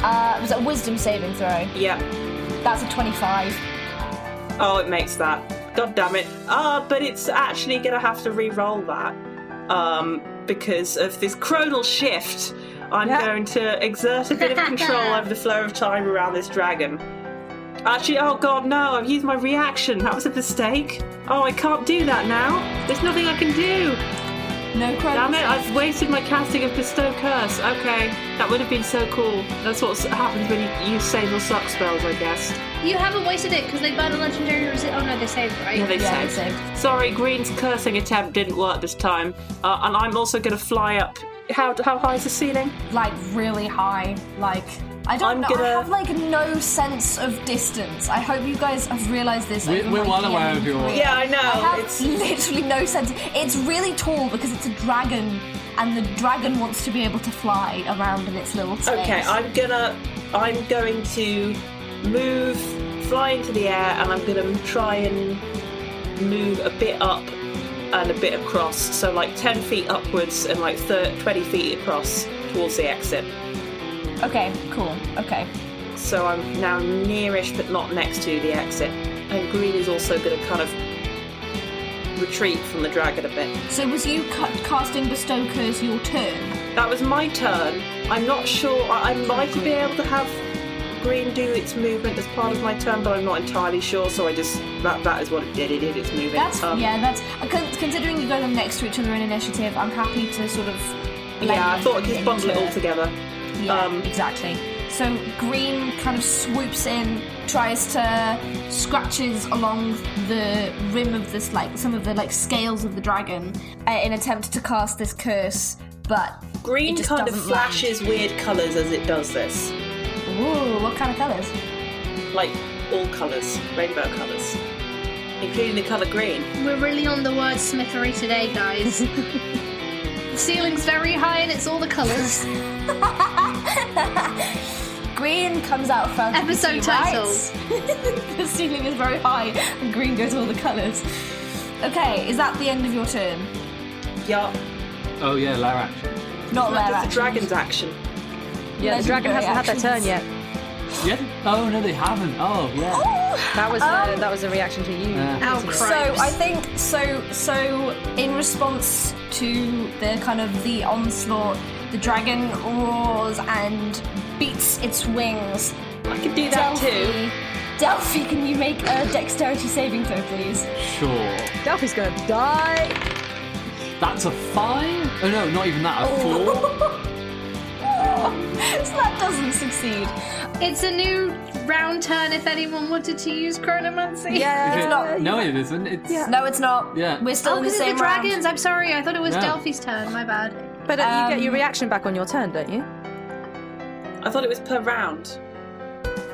Uh, was it a wisdom saving throw?
yeah
That's a 25.
oh it makes that god damn it ah but it's actually gonna have to re-roll that um because of this chronal shift i'm going to exert a bit of control over the flow of time around this dragon Actually, oh god, no, I've used my reaction. That was a mistake. Oh, I can't do that now. There's nothing I can do.
No credit.
Damn it, I've wasted my casting of Bestow Curse. Okay, that would have been so cool. That's what happens when you use save or suck spells, I guess.
You haven't wasted it because they burn a legendary. Resi- oh no, they saved right.
Yeah, they
Yeah,
saved.
they saved.
Sorry, Green's cursing attempt didn't work this time. Uh, and I'm also going to fly up. How, how high is the ceiling?
Like really high. Like I don't
I'm
know. I
gonna-
have like no sense of distance. I hope you guys have realised this.
We're-
over
we're
my
well aware
DM
of your-
career.
Yeah,
I know.
I have literally no sense. It's really tall because it's a dragon, and the dragon wants to be able to fly around in its little space.
Okay, I'm gonna. I'm going to move, fly into the air, and I'm gonna try and move a bit up and a bit across. So like 10 feet upwards and like thir 20 feet across towards the exit.
Okay, cool. Okay.
So I'm now nearish but not next to the exit. And green is also gonna kind of retreat from the dragon a bit.
So was you ca- casting bestow curse your turn?
That was my turn. I'm not sure. I, I might be able to have green do its movement as part of my turn, but I'm not entirely sure. So I just that that is what it did. It did its movement.
That's
Um,
yeah. That's uh, con- considering you guys are next to each other in initiative. I'm happy to sort of. blend
yeah. I thought I could just
into-
bundle it all together.
Yeah,
Um,
exactly. So Green kind of swoops in, tries to scratches along the rim of this like some of the like scales of the dragon uh, in attempt to cast this curse, but
Green
it just
kind of
doesn't
flashes weird colours as it does this,
Land. Ooh, what kind of colours?
like all colours, rainbow colours, including the colour green.
We're really on the word smithery today, guys. the ceiling's very high and it's all the colours.
Green comes out front.
Episode
You see, Right? the ceiling is very high, and green goes all the colours. Okay, is that the end of your turn?
Yeah.
Oh yeah, Lara action.
Not
That's
rare
the
action.
dragon's action.
Yeah, the
Legendary
dragon hasn't had their turn
actions.
yet.
Yeah. Oh no, they haven't. Oh yeah.
That was
Um,
a, that was a reaction to you.
Yeah.
Ow,
So I think so. So in response to the kind of the onslaught, the dragon roars and beats its wings.
I could do that too.
Delphi, Delphi, can you make a dexterity saving throw, please?
Sure.
Delphi's gonna die.
That's a five. Oh no, not even that. A four.
so that doesn't succeed.
It's a new round turn if anyone wanted to use chronomancy.
Yeah, it's not.
no, it isn't. It's
No, it's not.
Yeah.
We're still
Oh,
in the
because it's
same
the dragons. I'm sorry. I thought it was
No.
Delphi's turn. My bad.
But uh, you get
Um,
your reaction back on your turn, don't you?
I thought it was per round.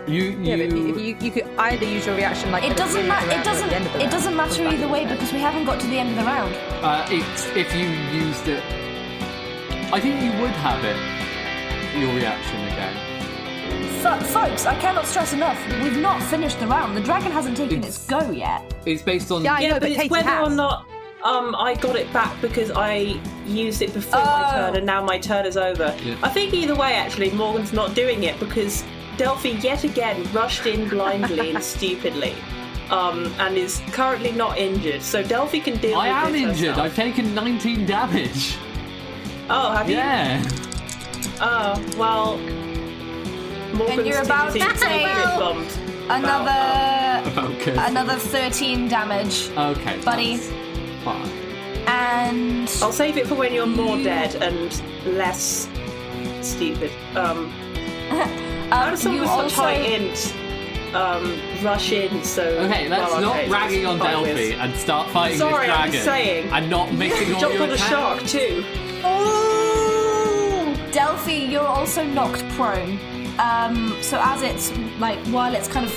you.
Yeah, but
you-
you, you, you could either use your reaction like
Round.
at
It
the
doesn't
beginning of
matter. It
the round or at
doesn't.
the end of the
It
round.
doesn't matter
back
either
to
way
the
because we haven't got to the end of the round.
Uh, it's if you used it. I think you would have it. Your reaction again.
Fo- folks, I cannot stress enough. We've not finished the round. The dragon hasn't taken its,
It's-
go yet.
It's based on.
Yeah, I
yeah,
know,
but,
but
it's
Katie
whether
has.
or not um, I got it back because I used it before my
Oh.
turn and now my turn is over.
Yeah.
I think either way, actually, Morgan's not doing it because Delphi yet again rushed in blindly and stupidly. Um, and is currently not injured, so Delphi can deal
I
with
am
this
injured. I've
herself.
taken 19 damage.
Oh, have
Yeah.
you? Oh, well. Morgan's
And you're about
team
to
seems a bit
take
bummed.
Another
Okay.
another 13 damage,
Okay.
buddy.
that's Fine.
And
I'll save it for when you're more dead and less stupid. Um,
um,
Madison
you
was such
also
high int. Um, rush in, so.
Okay, let's
well,
not
okay, so
ragging on
fine with-
Delphi and start fighting
Sorry,
this
I'm
dragon.
just saying.
And not mixing all
Jump
your
on a
attacks.
shark too.
Delphi, you're also knocked prone. Um, so as it's like while it's kind of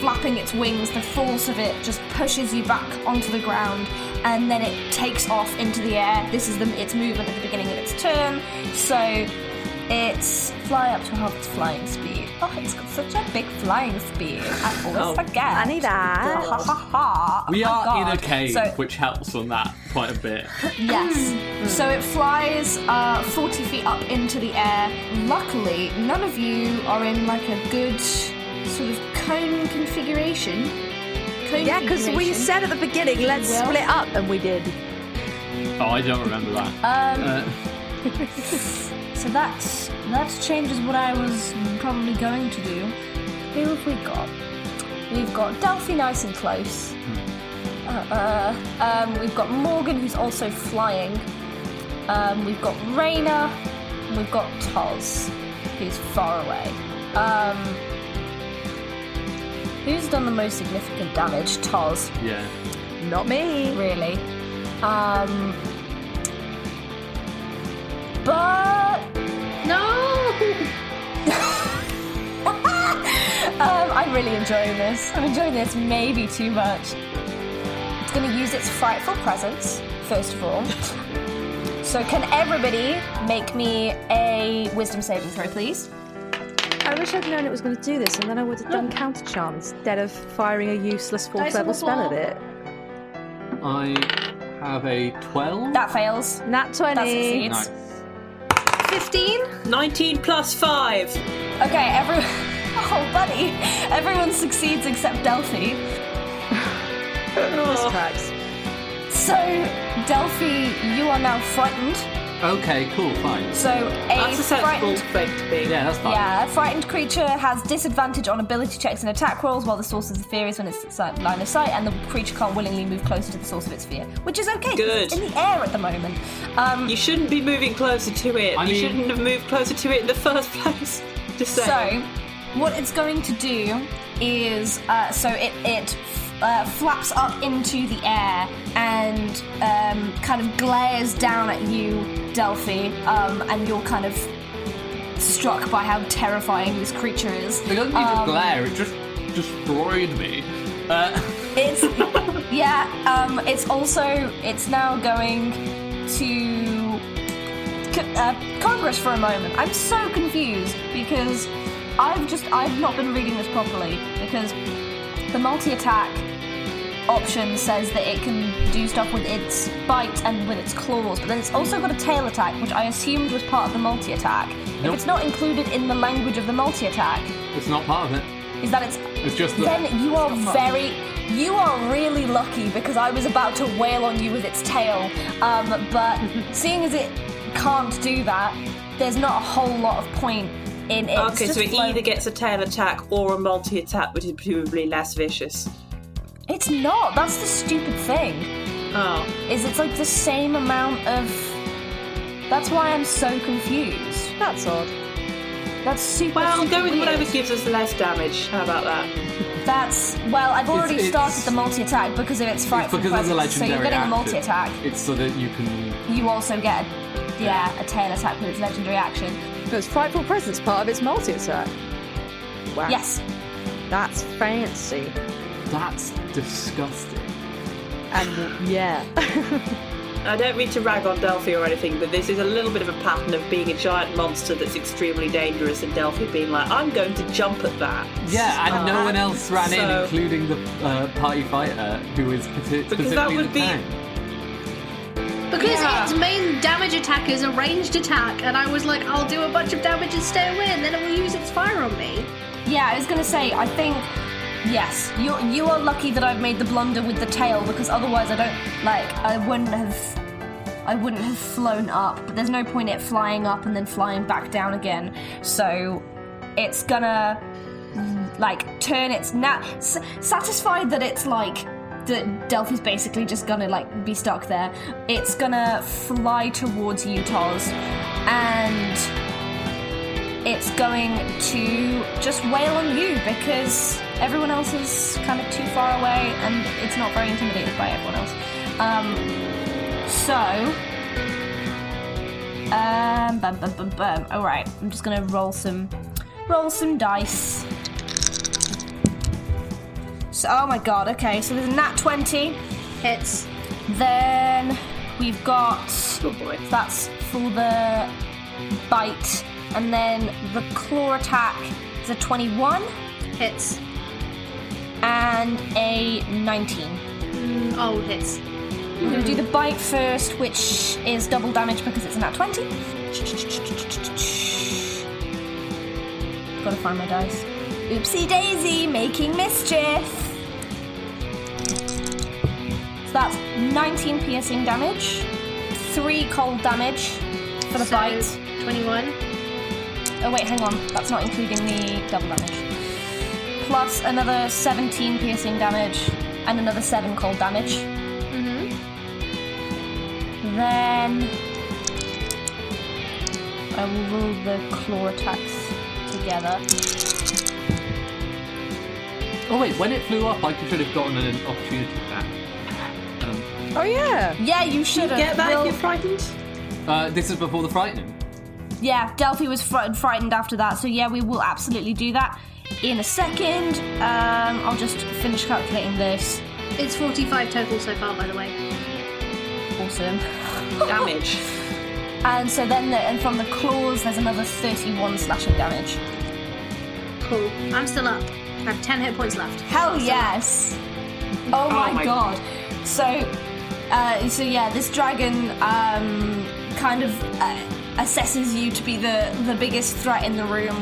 flapping its wings, the force of it just pushes you back onto the ground, and then it takes off into the air. This is the, its movement at the beginning of its turn. So it's fly up to half its flying speed. Oh, it's got such a big flying speed. I always forget. Oh, I need that. Ha ha ha.
We
Oh my
are in a
God.
cave,
So-
which helps on that quite a bit.
Yes. So it flies uh, 40 feet up into the air. Luckily, none of you are in like a good sort of cone configuration. Cone
Yeah, because we
configuration.
said at the beginning, let's
Well-
split up, and we did.
Oh, I don't remember that.
Um,
Uh,
so that's that changes what I was probably going to do. Who have we got? We've got Delphi nice and close. Uh, uh, um, we've got Morgan who's also flying. Um, we've got Raina. And we've got Toz who's far away. Um, who's done the most significant damage? Toz
yeah.
Not me.
really. Um, but
No.
um, I'm really enjoying this. I'm enjoying this maybe too much. It's going to use its frightful presence first of all. so can everybody make me a wisdom saving throw, please?
I wish I'd known it was going to do this, and then I would have done counter charm instead of firing a useless fourth
Dice on
level
the
spell at
floor.
it.
I have a 12.
That fails.
Nat twenty.
That succeeds.
Nice.
15.
19 plus 5.
Okay, every oh buddy, everyone succeeds except Delphi.
Oh,
Cracks.
So Delphi, you are now frightened.
Okay, cool, fine.
So a
that's a sensible
frightened
thing to be.
Yeah, that's fine.
Yeah, a frightened creature has disadvantage on ability checks and attack rolls while the source of the fear is when it's inside line of sight, and the creature can't willingly move closer to the source of its fear, which is okay. 'cause
Good.
It's in the air at the moment. Um,
You shouldn't be moving closer to it.
I
you
mean-
shouldn't have moved closer to it in the first place. Just saying.
so, what it's going to do is uh, so it it uh, flaps up into the air and um, kind of glares down at you, Delphi, um, and you're kind of struck by how terrifying this creature is.
It doesn't need to
Um,
glare, it just destroyed me. Uh,
It's yeah. Um, it's also it's now going to C- uh, Congress for a moment. I'm so confused because I've just I've not been reading this properly because the multi attack option says that it can do stuff with its bite and with its claws, but then it's also got a tail attack, which I assumed was part of the multi attack. If
Nope.
it's not included in the language of the multi attack,
it's not part of it.
is that it's
It's just that.
then you are very, you are really lucky because I was about to wail on you with its tail. Um, but seeing as it can't do that, there's not a whole lot of point in it. It's
okay,
just
so it
like-
either gets a tail attack or a multi attack, which is presumably less vicious.
It's not. That's the stupid thing.
Oh.
Is it's like the same amount of. That's why I'm so confused.
That's odd.
That's super.
Well,
super
go with
weird.
whatever gives us less damage. How about that?
That's well. I've already
it's-
started the multi attack because of its frightful
because of
presence.
the
so
legendary
you're getting a
action.
multi attack.
It's so that you can.
You also get, a, yeah, a tail attack with its legendary action.
But it's frightful presence part of its multi attack. Wow.
Yes.
That's fancy.
That's disgusting.
And yeah.
I don't mean to rag on Delphi or anything, but this is a little bit of a pattern of being a giant monster that's extremely dangerous and Delphi being like, I'm going to jump at that.
Yeah, and no
Uh,
one else ran in,
so-
including the uh, party fighter, who is parti-
Because
specifically
that would
the
be-
tank.
Because
Yeah.
its main damage attack is a ranged attack, and I was like, I'll do a bunch of damage and stay away, and then it will use its fire on me.
Yeah, I was gonna say. I think yes. You you are lucky that I've made the blunder with the tail because otherwise I don't like I wouldn't have. I wouldn't have flown up, but there's no point it flying up and then flying back down again. So it's gonna like turn its nat s- satisfied that it's like that Delphi's basically just gonna like be stuck there. It's gonna fly towards Utah's and it's going to just wail on you because everyone else is kind of too far away and it's not very intimidated by everyone else. Um, so, um, bum, bum, bum, bum. All right, I'm just gonna roll some, roll some dice. So, oh my god. Okay, so there's a nat twenty.
Hits.
Then we've got.
Oh boy.
That's for the bite, and then the claw attack is a twenty-one
Hits.
and a nineteen.
Mm, oh, hits.
I'm gonna do the bite first, which is double damage because it's an at twenty. Gotta find my dice. Oopsie daisy, making mischief. So that's 19 piercing damage, 3 cold damage for the
So,
bite.
21.
Oh, wait, hang on. That's not including the double damage. Plus another 17 piercing damage and another 7 cold damage.
Mm-hmm.
Then I will roll the claw attacks together.
Oh wait, when it flew up, I should have gotten an opportunity attack. Um,
oh yeah.
Yeah, you should have.
Get that if
rolled-
you're frightened?
uh, this is before the frightening.
Yeah, Delphi was fr- frightened after that, so yeah, we will absolutely do that in a second. Um, I'll just finish calculating this.
It's 45 total so far, by the way.
Awesome.
Damage.
And so then, the, and from the claws, there's another 31 slashing damage.
Cool. I'm still up. I have 10 hit points left.
Hell yes! Oh my,
my
god. So, uh, so yeah, this dragon um, kind of uh, assesses you to be the, the biggest threat in the room,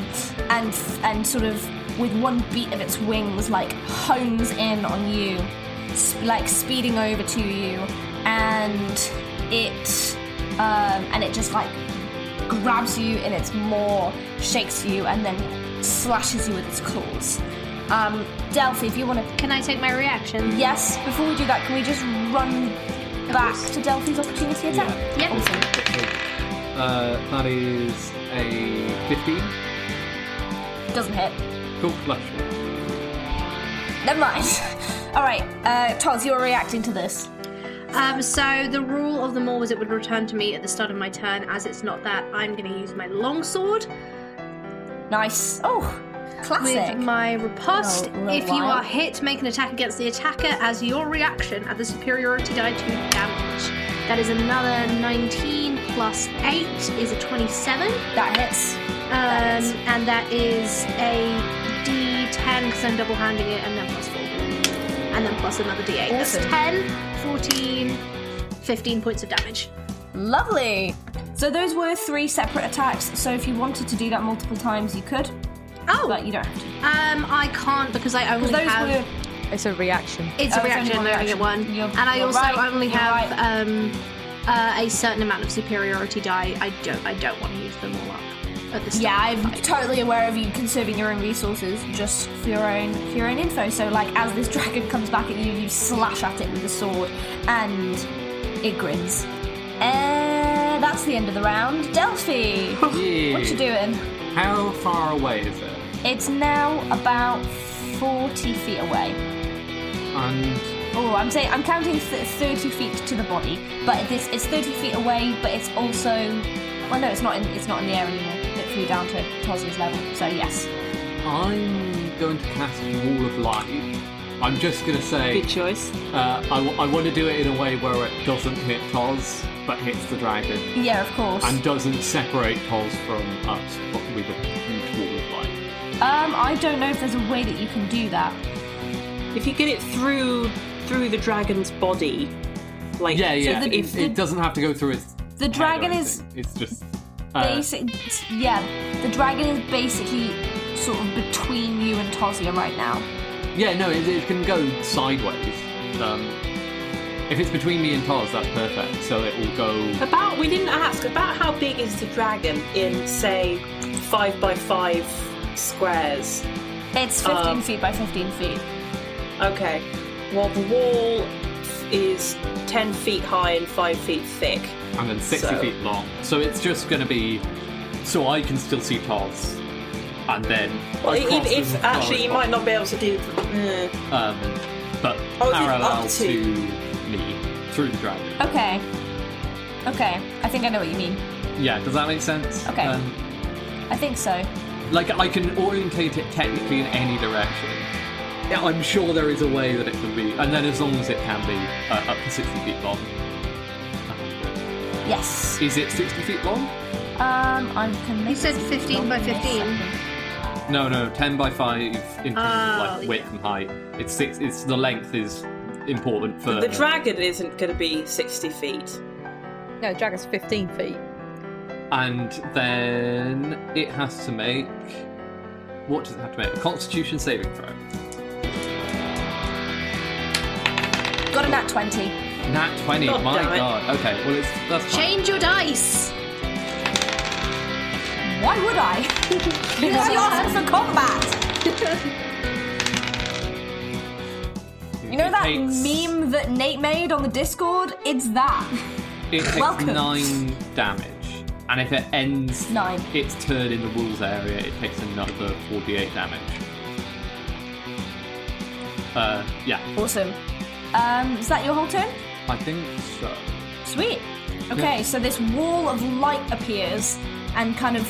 and and sort of with one beat of its wings, like hones in on you, sp- like speeding over to you, and it um, and it just like grabs you in its maw, shakes you, and then slashes you with its claws. Um, Delphi, if you want to
Can I take my reaction?
Yes, before we do that, can we just run back to Delphi's opportunity attack?
Yep.
Uh, that is a 15.
Doesn't hit.
Cool, lush.
Never mind. All right, uh, Toz, you're reacting to this.
Um, so the rule of the maw was it would return to me at the start of my turn. As it's not that, I'm going to use my longsword.
Nice. Oh, Classic.
With my riposte,
Oh,
if you
wild.
are hit, make an attack against the attacker as your reaction at the superiority die to damage. That is another 19 plus 8 is a 27.
That hits.
Um, And that is a d10 because I'm double handing it and then plus 4. And then plus another d8.
Awesome.
That's 10, 14, 15 points of damage.
Lovely. So those were three separate attacks. So if you wanted to do that multiple times, you could.
Oh,
but you don't have to.
Um, I can't because I only
Because those
have.
were
It's a reaction.
It's
Oh,
a
it's
reaction,
only
only
one
I only get
reaction.
one.
You're-
and I
you're
also
right,
only
you're
have
right.
um, uh, a certain amount of superiority die. I don't I don't want to use them all up at this
Yeah, I'm totally aware of you conserving your own resources just for your own for your own info. So like as this dragon comes back at you, you slash at it with the sword and it grins. And that's the end of the round. Delphi!
Yeah.
What you doing?
How far away is it?
It's now about 40 feet away.
And
Oh, I'm saying I'm counting th- 30 feet to the body, but this it's 30 feet away, but it's also well, no, it's not in it's not in the air anymore. It flew down to Tosley's level, so yes.
I'm going to cast Wall of Light. I'm just going to say.
Good choice.
Uh, I, w- I want to do it in a way where it doesn't hit Toz, but hits the dragon.
Yeah, of course.
And doesn't separate Toz from us with a huge wall of light.
Um, I don't know if there's a way that you can do that.
If you get it through through the dragon's body, like
Yeah, yeah.
the-
it,
the-
it doesn't have to go through its.
The dragon is
It's just. Uh,
basic. Yeah, the dragon is basically sort of between you and Tosia right now.
yeah, no, it, it can go sideways. Um, if it's between me and Toz, that's perfect. So it will go.
About we didn't ask about how big is the dragon in say five by five squares.
It's 15
Um,
feet by 15 feet.
Okay. Well, the wall is ten feet high and five feet thick.
and then 60
So-
feet long. So it's just going to be. So I can still see Toz. And then.
Well, e-
across
if, if
the-
actually you might not be able to do. mm.
Um, but
Oh, it's
parallel
up
to...
to-
me through the dragon.
Okay. Okay, I think I know what you mean.
Yeah, does that make sense? Um,
Okay. I think so.
like, I can orientate it technically in any direction. Yeah, I'm sure there is a way that it can be. And then as long as it can be uh, up to 60 feet long.
Yes.
Is it 60 feet long?
Um, I can.
You said 15 by 15.
No, no, 10 by 5 in terms of
Oh,
like width and height. It's six. It's the length is important for
The dragon isn't going to be sixty feet.
No, dragon's 15 feet.
and then it has to make what does it have to make? A Constitution saving throw.
Got a nat 20.
Nat twenty.
God
my
damn it.
god. Okay. Well, it's that's fine.
Change your dice.
Why would I? Because you asked for combat. You know
It
that
takes-
meme that Nate made on the Discord? It's that.
It takes
Welcome.
nine damage, and if it ends
Nine.
its turn in the wolves area, it takes another forty-eight damage. Uh, yeah,
Awesome. Um, is that your whole turn?
I think so.
Sweet. Okay, so this wall of light appears and kind of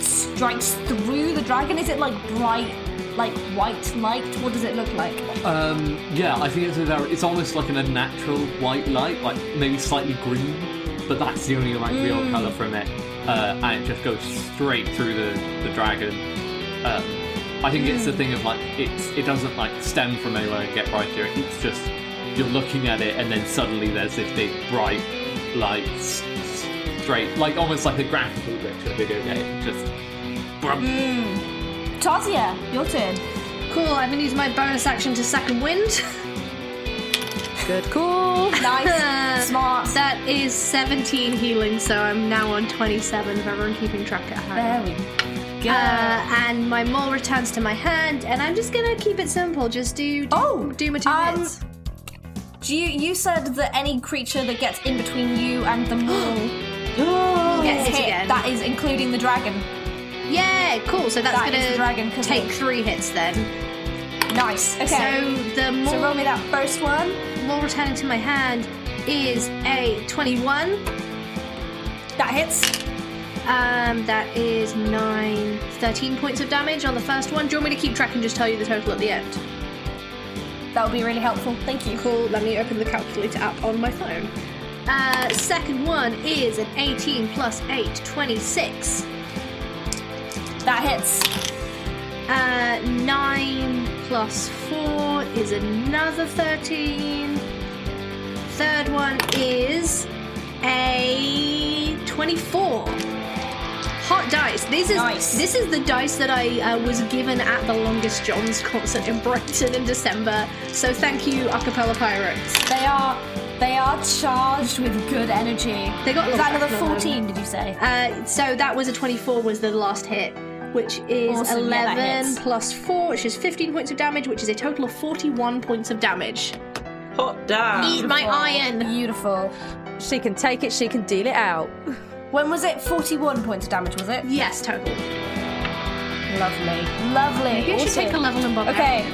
strikes through the dragon. Is it like bright, like white light? What does it look like?
Um, yeah, I think it's a very, it's almost like an unnatural white light, like maybe slightly green, but that's the only like real color from it. Uh, and it just goes straight through the the dragon. Um, I think it's the thing of like it's it doesn't like stem from anywhere and get right through it. It's just you're looking at it and then suddenly there's this big bright light s- s- straight, like almost like a graphical glitch in a video game. Just brum.
Tasia, your turn.
Cool, I'm going to use my bonus action to second wind.
Good call.
Nice, smart.
That is 17 healing, so I'm now on 27 if everyone keeping track at home.
There we go.
Uh, and my maul returns to my hand, and I'm just gonna keep it simple. Just do, do
Oh,
do my two
um,
hits.
Do you, you said that any creature that gets in between you and the wall
Gets hit
gets oh, hit.
again.
That is including the dragon.
Yeah, cool. So that's
that is
gonna
the dragon, 'cause
take
it-
three hits then.
Nice. Okay.
So the maul,
So, roll me that first one.
maul returning to my hand is a 21.
That hits.
Uh, Um, that is 9, 13 points of damage on the first one. Do you want me to keep track and just tell you the total at the end?
That would be really helpful. Thank you.
Cool. Let me open the calculator app on my phone. Uh, second one is an 18 plus 8, 26.
That hits.
Uh, 9 plus 4 is another 13. Third one is a 24. Hot dice. This is
Nice.
this is the dice that I uh, was given at the Longest John's concert in Brighton in December. So thank you, Acapella Pirates.
They are they are charged with good energy.
They got
Is that
lots
another
of them.
14, did you say?
Uh, so that was a 24 was the last hit, which is
Awesome, yeah, that
11
hits.
plus 4, which is 15 points of damage, which is a total of 41 points of damage.
Hot damn.
Eat my iron.
Beautiful.
She can take it, she can deal it out.
When was it? 41 points of damage, was it?
Yes, total.
Lovely. Lovely.
Maybe I should
Awesome.
take a level and bump
Okay.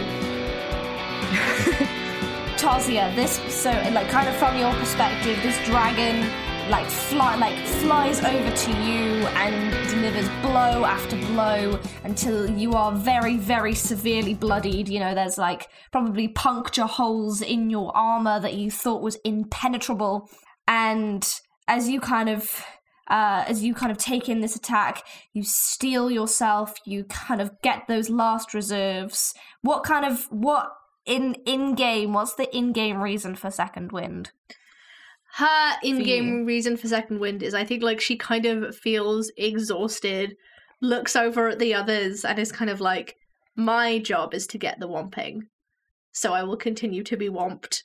Tarzia, uh, this so like kind of from your perspective, this dragon like fly like flies over to you and delivers blow after blow until you are very very severely bloodied. You know, there's like probably puncture holes in your armor that you thought was impenetrable, and as you kind of uh, as you kind of take in this attack, you steel yourself. You kind of get those last reserves. What kind of what in in game? What's the in game reason for second wind?
Her in-game reason for second wind is I think like she kind of feels exhausted, looks over at the others, and is kind of like, "My job is to get the womping, so I will continue to be womped."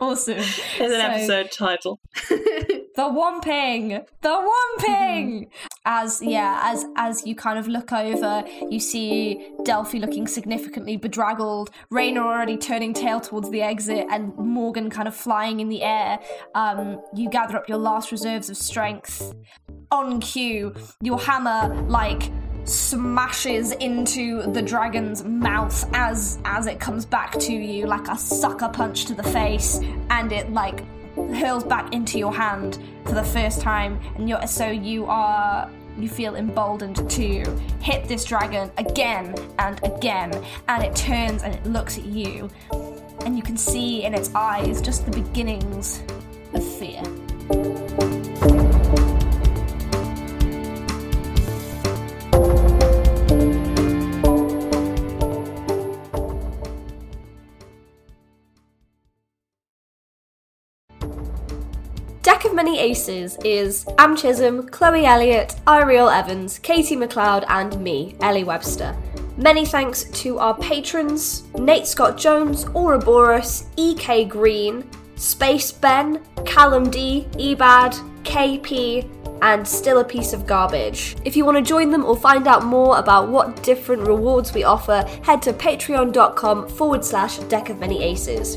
awesome.
There's an
So-
episode title.
The Whomping! The Whomping! As yeah, as as you kind of look over, you see Delphi looking significantly bedraggled, Raynor already turning tail towards the exit, and Morgan kind of flying in the air. Um, you gather up your last reserves of strength. On cue, your hammer like smashes into the dragon's mouth as as it comes back to you like a sucker punch to the face, and it like hurls back into your hand for the first time, and you're so you are you feel emboldened to hit this dragon again and again, and it turns and it looks at you, and you can see in its eyes just the beginnings of fear.
Deck of Many Aces is Am Chisholm, Chloe Elliott, Ariel Evans, Katie McLeod, and me, Ellie Webster. Many thanks to our patrons Nate Scott Jones, Ouroboros, EK Green, Space Ben, Callum D, Ebad, KP, and Still a Piece of Garbage. If you want to join them or find out more about what different rewards we offer, head to patreon.com forward slash deck of many aces.